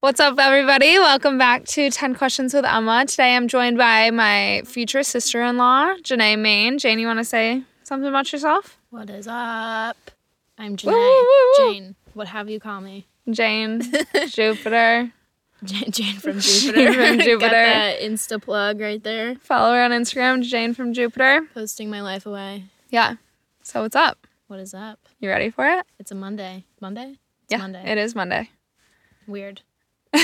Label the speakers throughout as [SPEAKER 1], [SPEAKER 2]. [SPEAKER 1] What's up, everybody? Welcome back to 10 Questions with Emma. Today I'm joined by my future sister in law, Janae Main. Jane, you want to say something about yourself?
[SPEAKER 2] What is up? I'm
[SPEAKER 1] woo, woo,
[SPEAKER 2] Janae.
[SPEAKER 1] woo.
[SPEAKER 2] Jane. What have you call me?
[SPEAKER 1] Jane, Jupiter.
[SPEAKER 2] Jane, Jane from
[SPEAKER 1] Jane
[SPEAKER 2] Jupiter.
[SPEAKER 1] from Jupiter.
[SPEAKER 2] Got that Insta plug right there.
[SPEAKER 1] Follow her on Instagram, Jane from Jupiter.
[SPEAKER 2] Posting my life away.
[SPEAKER 1] Yeah. So, what's up?
[SPEAKER 2] What is up?
[SPEAKER 1] You ready for it?
[SPEAKER 2] It's a Monday. Monday? It's
[SPEAKER 1] yeah.
[SPEAKER 2] Monday.
[SPEAKER 1] It is Monday.
[SPEAKER 2] Weird.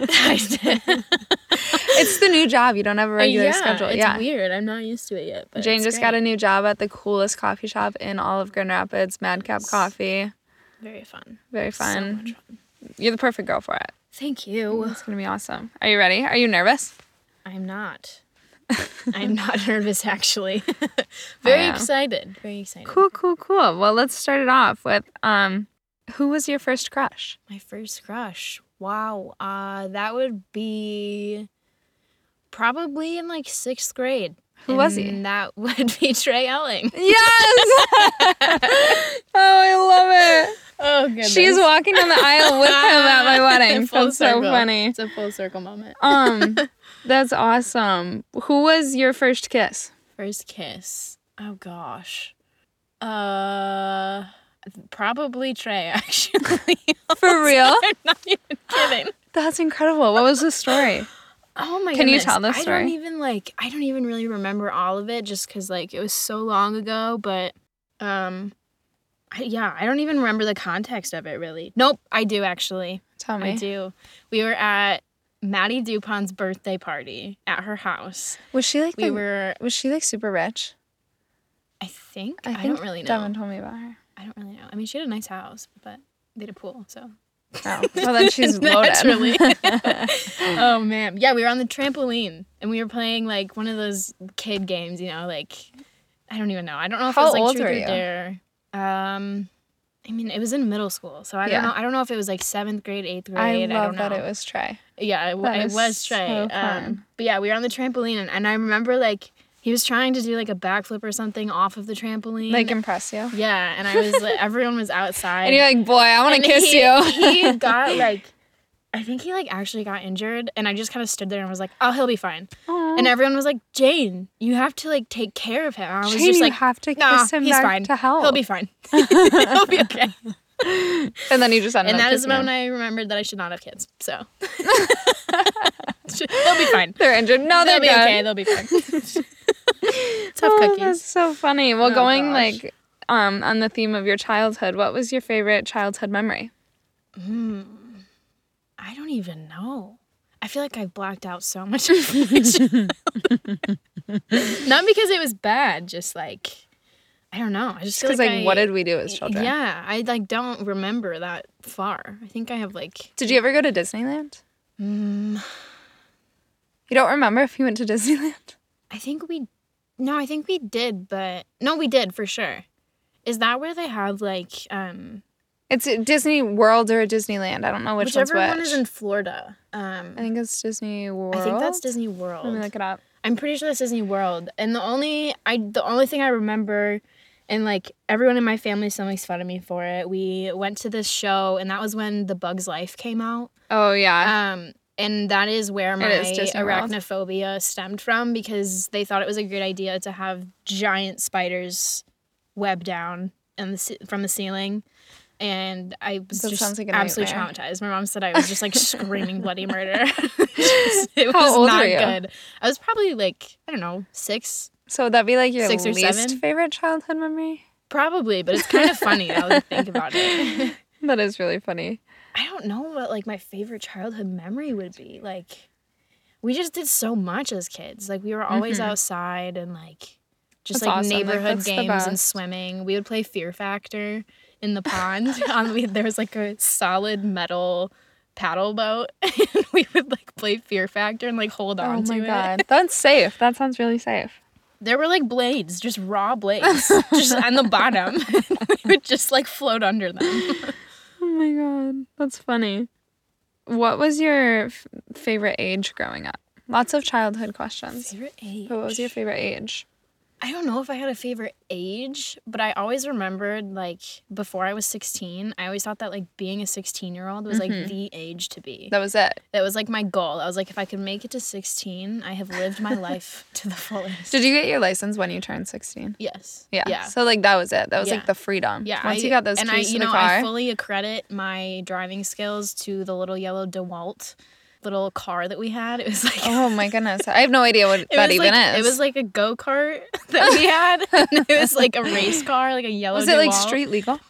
[SPEAKER 1] It's the new job. You don't have a regular
[SPEAKER 2] Uh, yeah,
[SPEAKER 1] schedule.
[SPEAKER 2] It's
[SPEAKER 1] yeah.
[SPEAKER 2] weird. I'm not used to it yet. But
[SPEAKER 1] Jane
[SPEAKER 2] it's
[SPEAKER 1] just got a new job at the coolest coffee shop in all of Grand Rapids, Madcap Coffee.
[SPEAKER 2] very fun.
[SPEAKER 1] Very
[SPEAKER 2] So
[SPEAKER 1] fun.
[SPEAKER 2] much fun.
[SPEAKER 1] You're the perfect girl for it.
[SPEAKER 2] Thank you.
[SPEAKER 1] It's gonna be awesome. Are you ready? Are you nervous?
[SPEAKER 2] I'm not. I'm not nervous actually. very
[SPEAKER 1] am.
[SPEAKER 2] excited. Very excited.
[SPEAKER 1] Oh, Cool, cool, cool. Well, let's start it off with um, who was your first crush?
[SPEAKER 2] My first crush. Wow. Uh that would be probably in like sixth grade.
[SPEAKER 1] Who was he?
[SPEAKER 2] And That would be Trey Elling.
[SPEAKER 1] Yes! oh, I love
[SPEAKER 2] Oh
[SPEAKER 1] it.
[SPEAKER 2] goodness.
[SPEAKER 1] She's walking down the aisle with him at my wedding.
[SPEAKER 2] Full
[SPEAKER 1] That's
[SPEAKER 2] circle.
[SPEAKER 1] so funny.
[SPEAKER 2] It's a full circle moment.
[SPEAKER 1] Um, that's awesome. Who was your first kiss?
[SPEAKER 2] First kiss. Oh gosh. Uh probably Trey actually.
[SPEAKER 1] For real?
[SPEAKER 2] I'm not even kidding.
[SPEAKER 1] That's incredible. What was the story?
[SPEAKER 2] Oh my
[SPEAKER 1] Can you
[SPEAKER 2] goodness.
[SPEAKER 1] tell the
[SPEAKER 2] I don't
[SPEAKER 1] story?
[SPEAKER 2] even like I don't even really remember all of it just cuz like it was so long ago, but um I, yeah, I don't even remember the context of it really. Nope, I do actually.
[SPEAKER 1] Tell
[SPEAKER 2] I
[SPEAKER 1] me.
[SPEAKER 2] do. We were at Maddie Dupont's birthday party at her house.
[SPEAKER 1] Was she like
[SPEAKER 2] We
[SPEAKER 1] the-
[SPEAKER 2] were
[SPEAKER 1] was she like super rich?
[SPEAKER 2] I think
[SPEAKER 1] I
[SPEAKER 2] I,
[SPEAKER 1] think
[SPEAKER 2] don't really know.
[SPEAKER 1] Devin told me about her.
[SPEAKER 2] I don't really know. I mean, she had a nice house, but they had a pool, so
[SPEAKER 1] Oh, well then she's loaded.
[SPEAKER 2] Naturally. oh man, yeah, we were on the trampoline and we were playing like one of those kid games, you know, like I don't even know. I don't know if
[SPEAKER 1] How
[SPEAKER 2] it was like
[SPEAKER 1] old
[SPEAKER 2] truth
[SPEAKER 1] were
[SPEAKER 2] or
[SPEAKER 1] you?
[SPEAKER 2] dare. Um, I mean, it was in middle school, so I
[SPEAKER 1] Yeah.
[SPEAKER 2] don't know. I don't know if it was like seventh grade, eighth
[SPEAKER 1] I
[SPEAKER 2] grade. I,
[SPEAKER 1] love
[SPEAKER 2] don't know.
[SPEAKER 1] that it was Trey.
[SPEAKER 2] yeah, it, w-
[SPEAKER 1] that
[SPEAKER 2] it
[SPEAKER 1] is
[SPEAKER 2] was Trey.
[SPEAKER 1] so fun.
[SPEAKER 2] um, but yeah, we were on the trampoline, and, and I remember like he was trying to do like a backflip or something off of the trampoline.
[SPEAKER 1] Like impress you.
[SPEAKER 2] yeah, and I was like, everyone was outside.
[SPEAKER 1] And you're like, boy, I want to
[SPEAKER 2] And
[SPEAKER 1] kiss
[SPEAKER 2] he-
[SPEAKER 1] you.
[SPEAKER 2] he got like, I think he like actually got injured, and I just kind of stood there and was like, "Oh, he'll be fine." And everyone was like, "Jane, you have to like take care of him." And I was
[SPEAKER 1] Jane,
[SPEAKER 2] just
[SPEAKER 1] you
[SPEAKER 2] like,
[SPEAKER 1] have to kiss
[SPEAKER 2] "Nah,
[SPEAKER 1] him
[SPEAKER 2] he's
[SPEAKER 1] back
[SPEAKER 2] fine.
[SPEAKER 1] to help.
[SPEAKER 2] He'll be fine. he'll be okay."
[SPEAKER 1] and then you just ended
[SPEAKER 2] And
[SPEAKER 1] up
[SPEAKER 2] that is
[SPEAKER 1] kissing
[SPEAKER 2] when
[SPEAKER 1] him.
[SPEAKER 2] I remembered that I should not have kids. So he'll be fine.
[SPEAKER 1] They're injured. No,
[SPEAKER 2] They'll
[SPEAKER 1] they're
[SPEAKER 2] be
[SPEAKER 1] good.
[SPEAKER 2] okay. They'll be fine. Tough
[SPEAKER 1] Oh, That's
[SPEAKER 2] cookies.
[SPEAKER 1] so funny. Well,
[SPEAKER 2] Oh,
[SPEAKER 1] going
[SPEAKER 2] gosh.
[SPEAKER 1] like um on the theme of your childhood, what was your favorite childhood memory?
[SPEAKER 2] I don't even know. I feel like I've blacked out so much information. Not because it was bad, just like I don't know. I just feel
[SPEAKER 1] Because
[SPEAKER 2] like,
[SPEAKER 1] like,
[SPEAKER 2] I,
[SPEAKER 1] what did we do as children?
[SPEAKER 2] Yeah, I like don't remember that far. I think I have like
[SPEAKER 1] Did you ever go to Disneyland?
[SPEAKER 2] mm,
[SPEAKER 1] You don't remember if you went to Disneyland?
[SPEAKER 2] I think we no, I think we did, but no, we did for sure. Is that where they have like um
[SPEAKER 1] It's a Disney World or a Disneyland. I don't know which
[SPEAKER 2] whichever
[SPEAKER 1] one's which.
[SPEAKER 2] one is in Florida?
[SPEAKER 1] I
[SPEAKER 2] Um
[SPEAKER 1] think it's Disney World.
[SPEAKER 2] I think that's Disney World.
[SPEAKER 1] Let me look it up.
[SPEAKER 2] I'm pretty sure that's Disney World. And the only I the only thing I remember and like everyone in my family still makes fun of me for it. We went to this show and that was when The Bug's Life came out.
[SPEAKER 1] Oh yeah.
[SPEAKER 2] Um and that is where my
[SPEAKER 1] is Disney World.
[SPEAKER 2] arachnophobia stemmed from because they thought it was a great idea to have giant spiders webbed down and the, ce- from the ceiling. And I was
[SPEAKER 1] That sounds
[SPEAKER 2] just
[SPEAKER 1] like a
[SPEAKER 2] absolutely
[SPEAKER 1] nightmare.
[SPEAKER 2] traumatized. My mom said I was just like screaming bloody murder. Just- it
[SPEAKER 1] How
[SPEAKER 2] was
[SPEAKER 1] old
[SPEAKER 2] not
[SPEAKER 1] were you?
[SPEAKER 2] good. I was probably like, I don't know, six,
[SPEAKER 1] so would that be like your
[SPEAKER 2] six or
[SPEAKER 1] least
[SPEAKER 2] seven?
[SPEAKER 1] favorite childhood memory?
[SPEAKER 2] probably, but it's kind of funny now that I think about it.
[SPEAKER 1] That is really funny.
[SPEAKER 2] I don't know what like my favorite childhood memory would be. Like, we just did so much as kids. Like, we were always outside and like
[SPEAKER 1] Mm-hmm. That's
[SPEAKER 2] just like
[SPEAKER 1] awesome. Like,
[SPEAKER 2] neighborhood
[SPEAKER 1] that's the
[SPEAKER 2] games and
[SPEAKER 1] best.
[SPEAKER 2] swimming. We would play Fear Factor in the pond. On we, there was like a solid metal paddle boat, and we would like play Fear Factor and like hold on
[SPEAKER 1] Oh
[SPEAKER 2] to
[SPEAKER 1] my
[SPEAKER 2] it.
[SPEAKER 1] god. That's safe. That sounds really safe.
[SPEAKER 2] There were like blades, just raw blades, just on the bottom. we would just like float under them.
[SPEAKER 1] Oh my god. That's funny. What was your f- favorite age growing up? Lots of childhood questions.
[SPEAKER 2] Favorite age?
[SPEAKER 1] But what was your favorite age?
[SPEAKER 2] I don't know if I had a favorite age, but I always remembered like before I was 16, I always thought that like being a 16 year old was like
[SPEAKER 1] Mhm.
[SPEAKER 2] the age to be.
[SPEAKER 1] That was it.
[SPEAKER 2] That was like my goal. I was like, if I could make it to 16, I have lived my life to the fullest.
[SPEAKER 1] Did you get your license when you turned 16?
[SPEAKER 2] Yes.
[SPEAKER 1] Yeah.
[SPEAKER 2] Yeah.
[SPEAKER 1] So like that was it. That was
[SPEAKER 2] Yeah.
[SPEAKER 1] like the freedom.
[SPEAKER 2] Yeah,
[SPEAKER 1] Once
[SPEAKER 2] I-
[SPEAKER 1] you got those
[SPEAKER 2] and
[SPEAKER 1] keys
[SPEAKER 2] I,
[SPEAKER 1] to
[SPEAKER 2] you
[SPEAKER 1] the
[SPEAKER 2] know,
[SPEAKER 1] car.
[SPEAKER 2] I fully accredit my driving skills to the little yellow DeWalt little car that we had. It was like
[SPEAKER 1] oh my goodness. I have no idea what
[SPEAKER 2] it
[SPEAKER 1] that
[SPEAKER 2] was
[SPEAKER 1] even
[SPEAKER 2] like,
[SPEAKER 1] is.
[SPEAKER 2] It was like a go kart that we had. and it was like a race car, like a yellow.
[SPEAKER 1] Was it like
[SPEAKER 2] DeWalt.
[SPEAKER 1] street legal?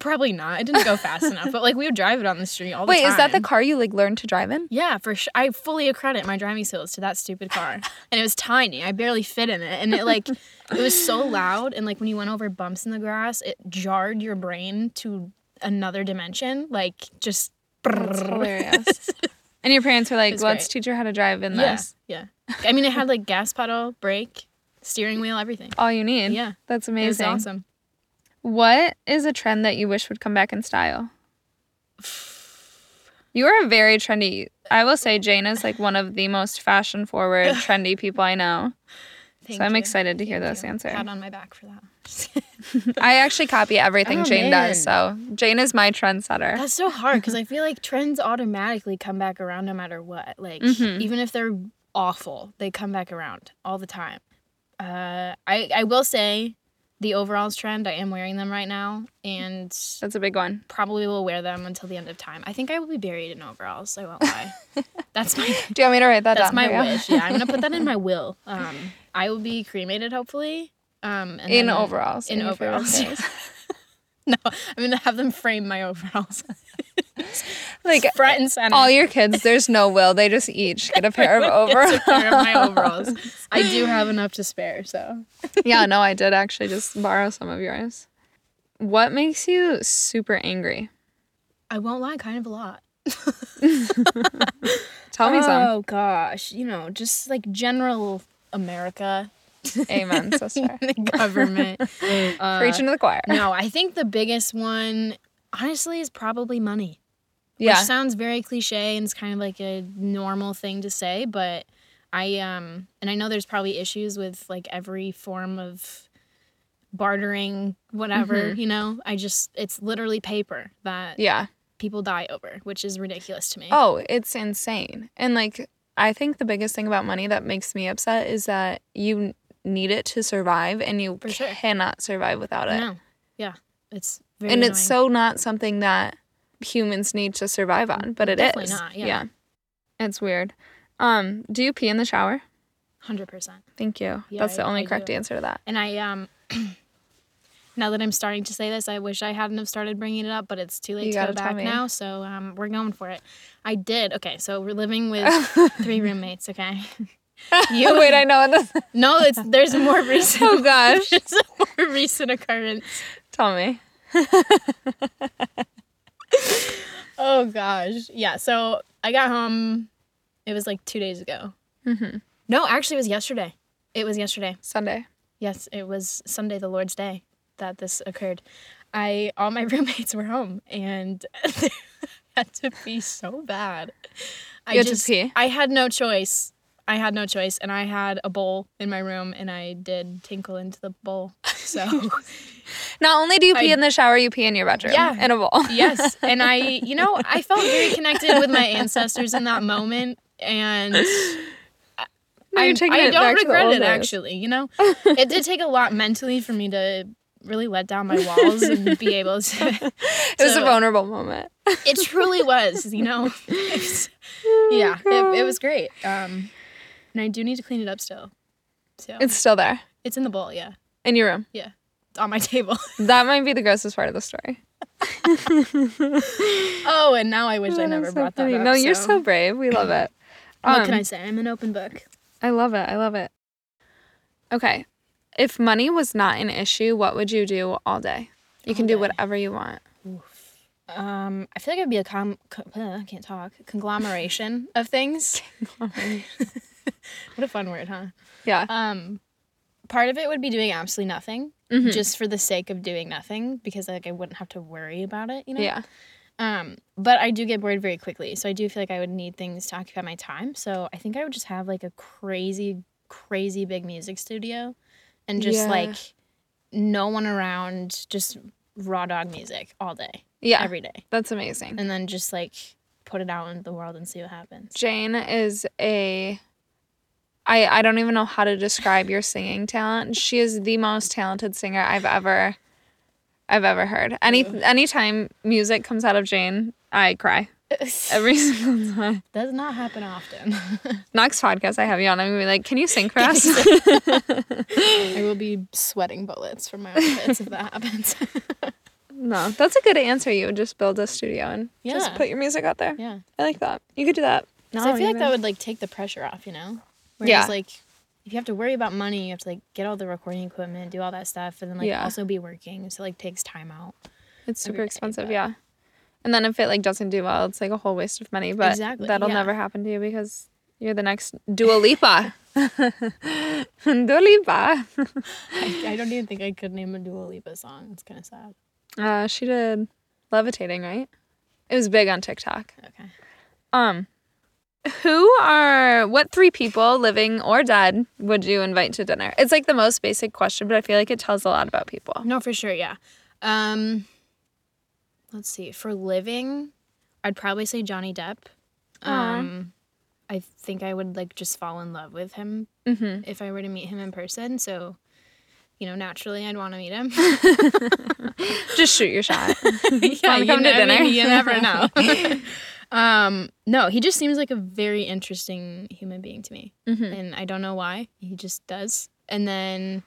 [SPEAKER 2] Probably not. It didn't go fast enough. But like we would drive it on the street all the
[SPEAKER 1] Wait,
[SPEAKER 2] time.
[SPEAKER 1] is that the car you like learned to drive in?
[SPEAKER 2] Yeah, for sure. I fully accredit my driving skills to that stupid car. and it was tiny. I barely fit in it. And it like it was so loud and like when you went over bumps in the grass, it jarred your brain to another dimension. Like just
[SPEAKER 1] That's hilarious. And your parents were like,
[SPEAKER 2] was
[SPEAKER 1] "Let's
[SPEAKER 2] great.
[SPEAKER 1] teach her how to drive in
[SPEAKER 2] Yeah,
[SPEAKER 1] this.
[SPEAKER 2] yeah. I mean it had like gas pedal, brake, steering wheel, everything.
[SPEAKER 1] All you need."
[SPEAKER 2] Yeah.
[SPEAKER 1] That's
[SPEAKER 2] It was
[SPEAKER 1] amazing.
[SPEAKER 2] awesome.
[SPEAKER 1] What is a trend that you wish would come back in style? You are very trendy. I will say Jane is like one of the most fashion forward, trendy people I know.
[SPEAKER 2] Thank
[SPEAKER 1] so I'm
[SPEAKER 2] you.
[SPEAKER 1] excited to hear
[SPEAKER 2] Thank
[SPEAKER 1] this
[SPEAKER 2] you.
[SPEAKER 1] answer.
[SPEAKER 2] Pat on my back for that.
[SPEAKER 1] I actually copy everything
[SPEAKER 2] Oh,
[SPEAKER 1] Jane does, so Jane is my trendsetter.
[SPEAKER 2] That's so hard because I feel like trends automatically come back around no matter what. Like
[SPEAKER 1] Mhm.
[SPEAKER 2] even if they're awful, they come back around all the time. Uh, I I will say the overalls trend. I am wearing them right now, and
[SPEAKER 1] That's a big one.
[SPEAKER 2] probably will wear them until the end of time. I think I will be buried in overalls. I won't lie. that's my
[SPEAKER 1] Do you want me to write that
[SPEAKER 2] that's
[SPEAKER 1] down?
[SPEAKER 2] my
[SPEAKER 1] for you?
[SPEAKER 2] wish. Yeah, I'm gonna put that in my will. Um, I will be cremated hopefully. Um, and
[SPEAKER 1] In
[SPEAKER 2] then-
[SPEAKER 1] overalls.
[SPEAKER 2] in
[SPEAKER 1] your favorite
[SPEAKER 2] overalls.
[SPEAKER 1] clothes.
[SPEAKER 2] No, I'm gonna have them frame my overalls
[SPEAKER 1] like
[SPEAKER 2] front and center.
[SPEAKER 1] all your kids, there's no will. They just each get a pair of
[SPEAKER 2] It's a pair of
[SPEAKER 1] overalls.
[SPEAKER 2] my overalls. I do have enough to spare, so
[SPEAKER 1] yeah, no, I did actually just borrow some of yours. What makes you super angry?
[SPEAKER 2] I won't lie, kind of a lot.
[SPEAKER 1] Tell me some.
[SPEAKER 2] Oh gosh, you know, just like general America, Oh.
[SPEAKER 1] Amen, sister.
[SPEAKER 2] the government. Uh,
[SPEAKER 1] Preaching to the choir.
[SPEAKER 2] no, I think the biggest one, honestly, is probably money.
[SPEAKER 1] yeah.
[SPEAKER 2] Which sounds very cliche and it's kind of like a normal thing to say, but I um and I know there's probably issues with like every form of bartering, whatever,
[SPEAKER 1] Mm-hmm.
[SPEAKER 2] you know. I just it's literally paper that
[SPEAKER 1] yeah.
[SPEAKER 2] people die over, which is ridiculous to me.
[SPEAKER 1] Oh, it's insane. And like I think the biggest thing about money that makes me upset is that you n- need it to survive and you
[SPEAKER 2] For sure.
[SPEAKER 1] cannot survive without it.
[SPEAKER 2] no, yeah, it's very
[SPEAKER 1] and it's so not something that humans need to survive on, but it is.
[SPEAKER 2] Definitely not, yeah.
[SPEAKER 1] It's weird. Um, do you pee in the shower?
[SPEAKER 2] hundred percent.
[SPEAKER 1] Thank you.
[SPEAKER 2] Yeah,
[SPEAKER 1] That's the
[SPEAKER 2] I-
[SPEAKER 1] only
[SPEAKER 2] I
[SPEAKER 1] correct
[SPEAKER 2] do.
[SPEAKER 1] answer to that.
[SPEAKER 2] And I um, now that I'm starting to say this, I wish I hadn't have started bringing it up, but it's too late
[SPEAKER 1] You
[SPEAKER 2] to
[SPEAKER 1] gotta
[SPEAKER 2] go
[SPEAKER 1] tell
[SPEAKER 2] back
[SPEAKER 1] me.
[SPEAKER 2] now. So um, we're going for it. I did okay. So we're living with three roommates. Okay,
[SPEAKER 1] You wait, I know what this
[SPEAKER 2] no, it's there's a more recent.
[SPEAKER 1] Oh gosh.
[SPEAKER 2] There's a more recent occurrence.
[SPEAKER 1] Tell me.
[SPEAKER 2] Oh gosh, yeah. So I got home. It was like two days ago.
[SPEAKER 1] hmm
[SPEAKER 2] No, actually, it was yesterday. It was yesterday.
[SPEAKER 1] Sunday.
[SPEAKER 2] Yes, it was Sunday, the Lord's Day, that this occurred. I all my roommates were home, and they had to pee so bad. I
[SPEAKER 1] You had to pee?
[SPEAKER 2] I had no choice. I had no choice, and I had a bowl in my room, and I did tinkle into the bowl. So
[SPEAKER 1] Not only do you pee
[SPEAKER 2] I-
[SPEAKER 1] in the shower, you pee in your bedroom.
[SPEAKER 2] Yeah.
[SPEAKER 1] In a bowl.
[SPEAKER 2] yes, and I, you know, I felt very connected with my ancestors in that moment, and
[SPEAKER 1] You're
[SPEAKER 2] I'm-
[SPEAKER 1] taking
[SPEAKER 2] I
[SPEAKER 1] it
[SPEAKER 2] don't
[SPEAKER 1] back to the
[SPEAKER 2] regret
[SPEAKER 1] old
[SPEAKER 2] it
[SPEAKER 1] days.
[SPEAKER 2] actually. You know, it did take a lot mentally for me to really let down my walls and be able to.
[SPEAKER 1] It was a
[SPEAKER 2] to-
[SPEAKER 1] vulnerable moment.
[SPEAKER 2] It truly was. You know, It's-
[SPEAKER 1] Oh,
[SPEAKER 2] yeah, it, it was great. Um, and I do need to clean it up still. So
[SPEAKER 1] It's still there
[SPEAKER 2] it's in the bowl. Yeah,
[SPEAKER 1] in your room.
[SPEAKER 2] yeah, It's on my table.
[SPEAKER 1] That might be the grossest part of the story.
[SPEAKER 2] oh, and now I wish I
[SPEAKER 1] That
[SPEAKER 2] never
[SPEAKER 1] is so
[SPEAKER 2] brought that
[SPEAKER 1] funny.
[SPEAKER 2] up.
[SPEAKER 1] No, you're so brave. We love it.
[SPEAKER 2] What can
[SPEAKER 1] Um,
[SPEAKER 2] I say? I'm an open book.
[SPEAKER 1] I love it. I love it. Okay. If money was not an issue, what would you do all day? You can
[SPEAKER 2] All
[SPEAKER 1] do
[SPEAKER 2] day.
[SPEAKER 1] whatever you want.
[SPEAKER 2] Um, I feel like it'd be a com. co- uh, I can't talk. Conglomeration of things. What a fun word, huh?
[SPEAKER 1] yeah.
[SPEAKER 2] Um, part of it would be doing absolutely nothing,
[SPEAKER 1] Mhm.
[SPEAKER 2] just for the sake of doing nothing, because like I wouldn't have to worry about it, you know.
[SPEAKER 1] Yeah.
[SPEAKER 2] Um, but I do get bored very quickly, so I do feel like I would need things to occupy my time. So I think I would just have like a crazy, crazy big music studio, and just
[SPEAKER 1] Yeah.
[SPEAKER 2] like no one around, just raw dog music all day,
[SPEAKER 1] Yeah.
[SPEAKER 2] every day,
[SPEAKER 1] that's amazing.
[SPEAKER 2] and then just like put it out into the world and see what happens.
[SPEAKER 1] Jane is a I I don't even know how to describe your singing talent. She is the most talented singer I've ever I've ever heard. Any anytime music comes out of Jane, I cry every single time.
[SPEAKER 2] Does not happen often.
[SPEAKER 1] Next podcast I have you on, I'm gonna be like, can you sing for us?
[SPEAKER 2] I will be sweating bullets from my outfits if that happens.
[SPEAKER 1] no, that's a good answer. You would just build a studio and just
[SPEAKER 2] Yeah.
[SPEAKER 1] put your music out there.
[SPEAKER 2] yeah.
[SPEAKER 1] I like that. You could do that. No,
[SPEAKER 2] 'Cause I feel like
[SPEAKER 1] even-
[SPEAKER 2] that would like take the pressure off, you know? Whereas
[SPEAKER 1] Yeah.
[SPEAKER 2] like if you have to worry about money, you have to like get all the recording equipment, do all that stuff, and then like
[SPEAKER 1] Yeah.
[SPEAKER 2] also be working. So like takes time out.
[SPEAKER 1] It's super
[SPEAKER 2] every day,
[SPEAKER 1] expensive,
[SPEAKER 2] but-
[SPEAKER 1] yeah. And then if it like doesn't do well, it's like a whole waste of money. But
[SPEAKER 2] Exactly,
[SPEAKER 1] that'll
[SPEAKER 2] yeah.
[SPEAKER 1] never happen to you because you're the next Dua Lipa. Dua Lipa.
[SPEAKER 2] I, I don't even think I could name a Dua Lipa song. It's kind of sad.
[SPEAKER 1] Uh, she did levitating, right? It was big on TikTok.
[SPEAKER 2] Okay.
[SPEAKER 1] Um, who are what three people, living or dead, would you invite to dinner? It's like the most basic question, but I feel like it tells a lot about people.
[SPEAKER 2] No, for sure. Yeah. Um, let's see. For living, I'd probably say Johnny Depp.
[SPEAKER 1] Aw.
[SPEAKER 2] Um, I think I would like just fall in love with him
[SPEAKER 1] Mm-hmm.
[SPEAKER 2] if I were to meet him in person. So, you know, naturally, I'd want to meet him.
[SPEAKER 1] Just shoot your shot.
[SPEAKER 2] yeah,
[SPEAKER 1] come to
[SPEAKER 2] ne- I mean,
[SPEAKER 1] dinner.
[SPEAKER 2] you never know. um, no, he just seems like a very interesting human being to me,
[SPEAKER 1] mm-hmm.
[SPEAKER 2] and I don't know why. He just does. And then,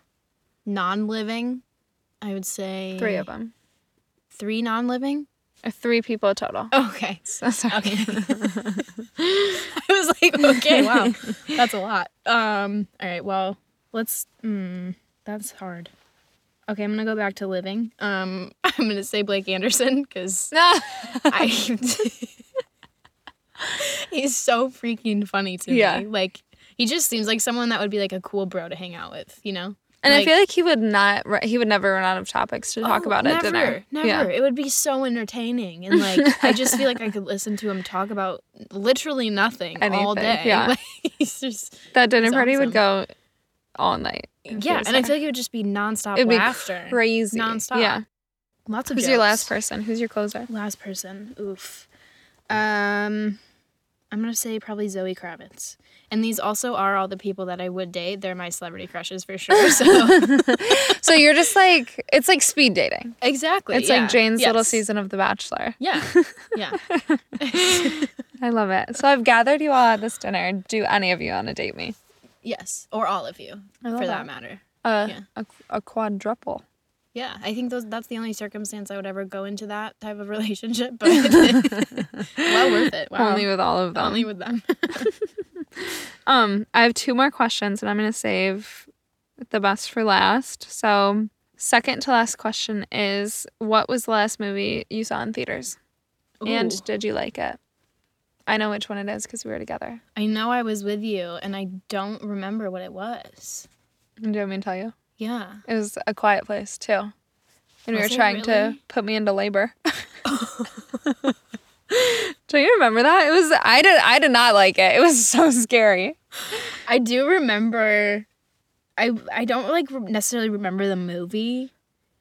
[SPEAKER 2] non-living, I would say
[SPEAKER 1] Three of them,
[SPEAKER 2] Three non-living.
[SPEAKER 1] or three people total.
[SPEAKER 2] Okay.
[SPEAKER 1] So sorry.
[SPEAKER 2] Okay. I was like, okay, wow, that's a lot. Um, all right, well, let's. Mm, that's hard. Okay, I'm gonna go back to living. Um, I'm gonna say Blake Anderson because I. he's so freaking funny to me.
[SPEAKER 1] Yeah.
[SPEAKER 2] Like he just seems like someone that would be like a cool bro to hang out with. You know.
[SPEAKER 1] And I
[SPEAKER 2] Like-
[SPEAKER 1] feel like he would not. ru- He would never run out of topics to talk
[SPEAKER 2] Oh,
[SPEAKER 1] about
[SPEAKER 2] never,
[SPEAKER 1] at dinner.
[SPEAKER 2] Never. It would be so entertaining. And like I just feel like I could listen to him talk about literally nothing all
[SPEAKER 1] Anything,
[SPEAKER 2] day.
[SPEAKER 1] yeah.
[SPEAKER 2] Like, he's just
[SPEAKER 1] that dinner
[SPEAKER 2] It's
[SPEAKER 1] party
[SPEAKER 2] awesome.
[SPEAKER 1] would go all night. if he
[SPEAKER 2] Yeah.
[SPEAKER 1] was
[SPEAKER 2] And I
[SPEAKER 1] there.
[SPEAKER 2] feel like it would just be nonstop
[SPEAKER 1] it'd be
[SPEAKER 2] laughter.
[SPEAKER 1] crazy,
[SPEAKER 2] Nonstop.
[SPEAKER 1] Yeah.
[SPEAKER 2] Lots of
[SPEAKER 1] Who's your last
[SPEAKER 2] jokes.
[SPEAKER 1] person? Who's your closer?
[SPEAKER 2] Last person. Oof. Um I'm gonna say probably Zoe Kravitz. And these also are all the people that I would date. They're my celebrity crushes for sure. So
[SPEAKER 1] so you're just like it's like speed dating.
[SPEAKER 2] Exactly.
[SPEAKER 1] It's
[SPEAKER 2] yeah.
[SPEAKER 1] like Jane's little
[SPEAKER 2] Yes.
[SPEAKER 1] season of The Bachelor.
[SPEAKER 2] Yeah. Yeah.
[SPEAKER 1] I love it. So I've gathered you all at this dinner. Do any of you want to date me?
[SPEAKER 2] yes. Or all of you
[SPEAKER 1] I love
[SPEAKER 2] for
[SPEAKER 1] that.
[SPEAKER 2] that matter.
[SPEAKER 1] Uh,
[SPEAKER 2] Yeah.
[SPEAKER 1] a, a quadruple.
[SPEAKER 2] Yeah, I think those that's the only circumstance I would ever go into that type of relationship, but well worth it. Wow.
[SPEAKER 1] Only
[SPEAKER 2] Only,
[SPEAKER 1] with all of them.
[SPEAKER 2] with them.
[SPEAKER 1] Um, I have two more questions, and I'm gonna save the best for last. So, second to last question is, what was the last movie you saw in theaters,
[SPEAKER 2] Ooh.
[SPEAKER 1] and did you like it? I know which one it is because we were together.
[SPEAKER 2] I know I was with you and I don't remember what it was.
[SPEAKER 1] Do you want me to tell you?
[SPEAKER 2] Yeah.
[SPEAKER 1] It was A Quiet Place too, and we
[SPEAKER 2] Was
[SPEAKER 1] were
[SPEAKER 2] it
[SPEAKER 1] trying to
[SPEAKER 2] really?
[SPEAKER 1] put me into labor. Do you remember that? It was I did I did not like it. It was so scary.
[SPEAKER 2] I do remember I I don't like re- necessarily remember the movie,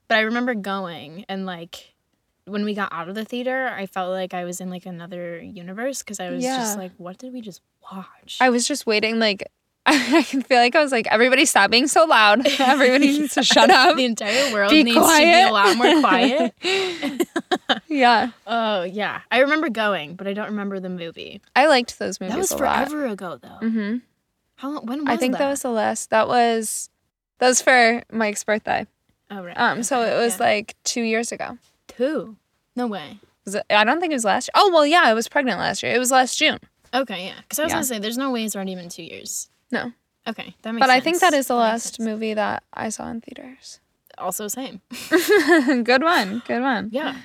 [SPEAKER 2] but I remember going and like when we got out of the theater, I felt like I was in like another universe because I was just
[SPEAKER 1] Yeah.
[SPEAKER 2] like, what did we just watch?
[SPEAKER 1] I was just waiting like. I can feel like I was like, everybody stop being so loud. Everybody needs to shut up.
[SPEAKER 2] the entire world
[SPEAKER 1] Be
[SPEAKER 2] needs to be
[SPEAKER 1] quiet.
[SPEAKER 2] a lot more quiet.
[SPEAKER 1] Yeah,
[SPEAKER 2] Oh yeah, I remember going, but I don't remember the movie.
[SPEAKER 1] I liked those movies
[SPEAKER 2] That was
[SPEAKER 1] a
[SPEAKER 2] forever ago, though.
[SPEAKER 1] lot. hmm
[SPEAKER 2] How long? When was
[SPEAKER 1] I think that? was the last. That was that was for Mike's birthday.
[SPEAKER 2] Oh right.
[SPEAKER 1] Um, so
[SPEAKER 2] okay,
[SPEAKER 1] it was
[SPEAKER 2] yeah.
[SPEAKER 1] like two years ago.
[SPEAKER 2] two. No way.
[SPEAKER 1] Was it- I don't think it was last. Oh well, yeah, I was pregnant last year. It was last June.
[SPEAKER 2] Okay, yeah. Because I was
[SPEAKER 1] Yeah.
[SPEAKER 2] gonna say, there's no way it's already been two years.
[SPEAKER 1] No,
[SPEAKER 2] Okay, that makes.
[SPEAKER 1] but I think
[SPEAKER 2] sense.
[SPEAKER 1] that is the
[SPEAKER 2] makes
[SPEAKER 1] last
[SPEAKER 2] sense.
[SPEAKER 1] movie that I saw in theaters.
[SPEAKER 2] Also, same.
[SPEAKER 1] good one. Good one.
[SPEAKER 2] Yeah,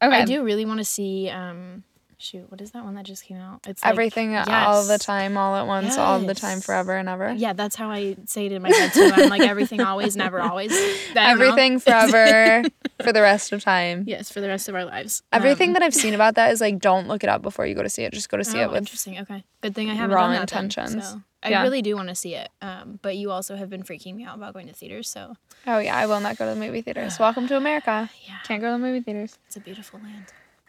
[SPEAKER 1] Okay.
[SPEAKER 2] I do really want to see um, shoot, what is that one that just came out? It's like-
[SPEAKER 1] Everything all the
[SPEAKER 2] yes.
[SPEAKER 1] time, all at once, all the time,
[SPEAKER 2] Yes.
[SPEAKER 1] forever and ever.
[SPEAKER 2] Yeah, that's how I say it in my head too. I'm like everything always, never always. That, you know?
[SPEAKER 1] Everything forever for the rest of time.
[SPEAKER 2] yes, for the rest of our lives.
[SPEAKER 1] Everything
[SPEAKER 2] Um,
[SPEAKER 1] that I've seen about that is like, don't look it up before you go to see it. Just go to see
[SPEAKER 2] oh,
[SPEAKER 1] it with
[SPEAKER 2] interesting. Okay, good thing I haven't
[SPEAKER 1] raw
[SPEAKER 2] done that then,
[SPEAKER 1] intentions.
[SPEAKER 2] so. I
[SPEAKER 1] Yeah.
[SPEAKER 2] really do want to see it, um, but you also have been freaking me out about going to theaters. So
[SPEAKER 1] Oh yeah, I will not go to the movie theaters. Welcome to America.
[SPEAKER 2] yeah,
[SPEAKER 1] Can't go to the movie theaters.
[SPEAKER 2] it's a beautiful land.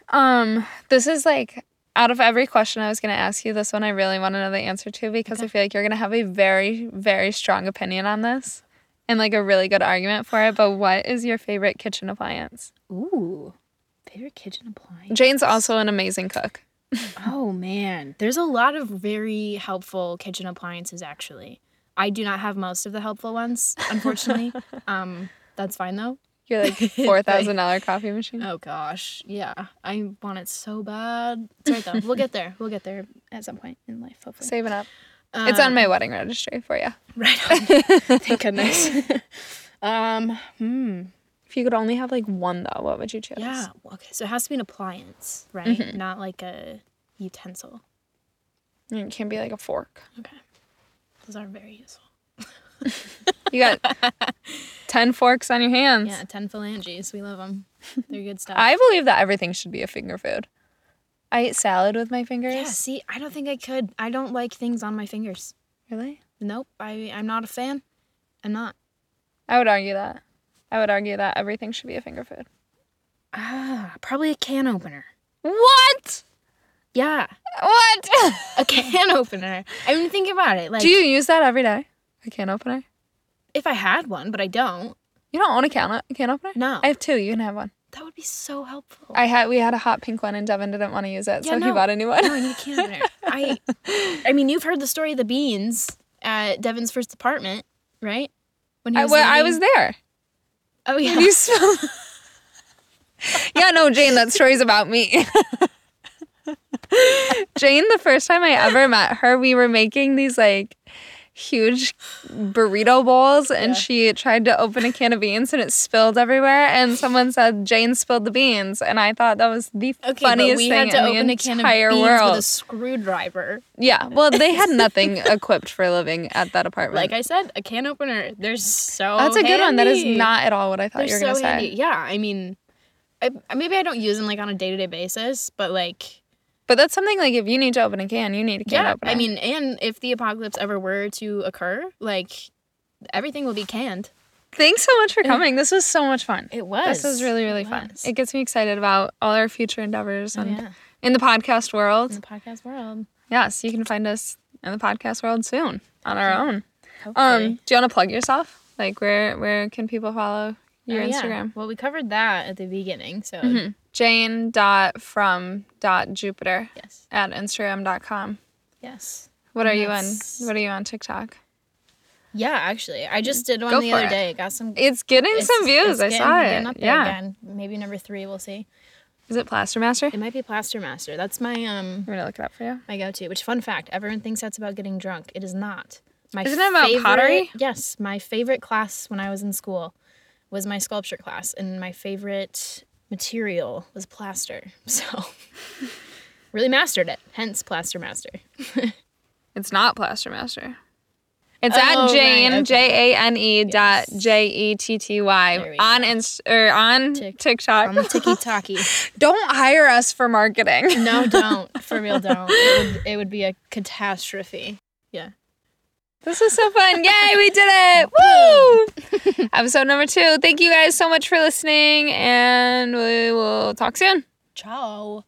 [SPEAKER 1] Um, this is like out of every question I was gonna ask you, this one I really want to know the answer to because I feel like you're gonna have a very, very strong opinion on this and like a really good argument for it. But what is your favorite kitchen appliance?
[SPEAKER 2] Ooh, favorite kitchen appliance.
[SPEAKER 1] Jane's also an amazing cook.
[SPEAKER 2] Oh man, there's a lot of very helpful kitchen appliances actually. I do not have most of the helpful ones, unfortunately. um, that's fine though.
[SPEAKER 1] You're like four thousand dollar coffee machine.
[SPEAKER 2] Oh gosh, yeah, I want it so bad. It's right though. We'll get there. We'll get there at some point in life, hopefully.
[SPEAKER 1] Saving up. it's on
[SPEAKER 2] Um,
[SPEAKER 1] my wedding registry for you.
[SPEAKER 2] Right on. Thank goodness. um, hmm.
[SPEAKER 1] If you could only have like one though, what would you choose?
[SPEAKER 2] Yeah. well, Okay. So it has to be an appliance, right? Not like a utensil.
[SPEAKER 1] It can't be like a fork.
[SPEAKER 2] Okay. Those are very useful.
[SPEAKER 1] You got ten forks on your hands.
[SPEAKER 2] Yeah, ten phalanges. We love them. They're good stuff.
[SPEAKER 1] I believe that everything should be a finger food. I eat salad with my fingers.
[SPEAKER 2] yeah. See, I don't think I could. I don't like things on my fingers.
[SPEAKER 1] Really?
[SPEAKER 2] Nope. I I'm not a fan. I'm not.
[SPEAKER 1] I would argue that. I would argue that everything should be a finger food.
[SPEAKER 2] Ah, probably a can opener.
[SPEAKER 1] What?
[SPEAKER 2] Yeah,
[SPEAKER 1] What?
[SPEAKER 2] a can opener. I mean, think about it. Like,
[SPEAKER 1] Do you use that every day? A can opener?
[SPEAKER 2] if I had one, but I don't,
[SPEAKER 1] You don't own a can, a can opener?
[SPEAKER 2] No.
[SPEAKER 1] I have two. You can have one.
[SPEAKER 2] that would be so helpful.
[SPEAKER 1] I had we had a hot pink one and Devin didn't want to use it,
[SPEAKER 2] Yeah,
[SPEAKER 1] so he
[SPEAKER 2] no.
[SPEAKER 1] bought a new one.
[SPEAKER 2] No, I need a can opener. I, I mean, you've heard the story of the beans at Devin's first apartment, right? When
[SPEAKER 1] I, well, I
[SPEAKER 2] leaving-
[SPEAKER 1] was there.
[SPEAKER 2] Oh yeah.
[SPEAKER 1] You smell. yeah, no, Jane, that story's about me. Jane, the first time I ever met her, we were making these like huge burrito bowls and
[SPEAKER 2] Yeah.
[SPEAKER 1] she tried to open a can of beans and it spilled everywhere and someone said Jane spilled the beans and I thought that was the
[SPEAKER 2] Okay,
[SPEAKER 1] funniest
[SPEAKER 2] but we
[SPEAKER 1] thing
[SPEAKER 2] had to
[SPEAKER 1] in
[SPEAKER 2] open
[SPEAKER 1] the
[SPEAKER 2] a can of
[SPEAKER 1] entire
[SPEAKER 2] beans
[SPEAKER 1] world.
[SPEAKER 2] with a screwdriver.
[SPEAKER 1] yeah, well, they had nothing equipped for living at that apartment.
[SPEAKER 2] Like I said, a can opener. They're so.
[SPEAKER 1] That's a good one. That is
[SPEAKER 2] handy.
[SPEAKER 1] not at all what I thought
[SPEAKER 2] They're
[SPEAKER 1] you were
[SPEAKER 2] so
[SPEAKER 1] going to say.
[SPEAKER 2] handy. Yeah, I mean, I, maybe I don't use them like on a day to day basis, but like,
[SPEAKER 1] But that's something like if you need to open a can, you need a can
[SPEAKER 2] yeah,
[SPEAKER 1] opener.
[SPEAKER 2] I mean, and if the apocalypse ever were to occur, like, everything will be canned.
[SPEAKER 1] Thanks so much for coming. This was so much fun.
[SPEAKER 2] It was.
[SPEAKER 1] This was really, really
[SPEAKER 2] It
[SPEAKER 1] fun.
[SPEAKER 2] was. Oh,
[SPEAKER 1] It gets me excited about all our future endeavors and
[SPEAKER 2] yeah. Mm.
[SPEAKER 1] in the podcast
[SPEAKER 2] In
[SPEAKER 1] world.
[SPEAKER 2] the podcast
[SPEAKER 1] Um,
[SPEAKER 2] world.
[SPEAKER 1] Yes, you can find us in the podcast world soon on our own.
[SPEAKER 2] Hopefully.
[SPEAKER 1] Um, do you want to plug yourself? Like where where can people follow your
[SPEAKER 2] Oh, yeah.
[SPEAKER 1] Instagram?
[SPEAKER 2] Well, we covered that at the beginning, so
[SPEAKER 1] Mm-hmm. Jane dot from dot Jupiter
[SPEAKER 2] yes,
[SPEAKER 1] at Instagram.com.
[SPEAKER 2] yes.
[SPEAKER 1] What are
[SPEAKER 2] And
[SPEAKER 1] you on?
[SPEAKER 2] that's-
[SPEAKER 1] What are you on TikTok?
[SPEAKER 2] Yeah, actually, I just did one
[SPEAKER 1] Go
[SPEAKER 2] the
[SPEAKER 1] for
[SPEAKER 2] other
[SPEAKER 1] it.
[SPEAKER 2] day. Got some.
[SPEAKER 1] It's getting some
[SPEAKER 2] it's-
[SPEAKER 1] views.
[SPEAKER 2] it's
[SPEAKER 1] I
[SPEAKER 2] getting-
[SPEAKER 1] saw it.
[SPEAKER 2] getting up there
[SPEAKER 1] yeah.
[SPEAKER 2] again. Maybe number three. We'll see.
[SPEAKER 1] Is it Plaster Master?
[SPEAKER 2] It might be Plaster Master. That's my um
[SPEAKER 1] I'm gonna look it up for you.
[SPEAKER 2] my go-to. Which fun fact? Everyone thinks that's about getting drunk. It is not. My
[SPEAKER 1] Isn't it about pottery?
[SPEAKER 2] Yes, my favorite class when I was in school was my sculpture class, and my favorite material was plaster. So really mastered it. Hence, Plaster Master.
[SPEAKER 1] It's not Plaster Master. It's
[SPEAKER 2] Oh,
[SPEAKER 1] at
[SPEAKER 2] right,
[SPEAKER 1] Jane
[SPEAKER 2] okay.
[SPEAKER 1] J A N E dot
[SPEAKER 2] Yes.
[SPEAKER 1] J E T T
[SPEAKER 2] There
[SPEAKER 1] Y
[SPEAKER 2] we um,
[SPEAKER 1] on inst- or on
[SPEAKER 2] Tik-
[SPEAKER 1] TikTok.
[SPEAKER 2] On the ticky tacky.
[SPEAKER 1] Don't hire us for marketing.
[SPEAKER 2] No, don't. For real, don't. It would, it would be a catastrophe. Yeah.
[SPEAKER 1] This is so fun. Yay, we did it. Woo! Episode number 2. Thank you guys so much for listening and we will talk soon.
[SPEAKER 2] Ciao.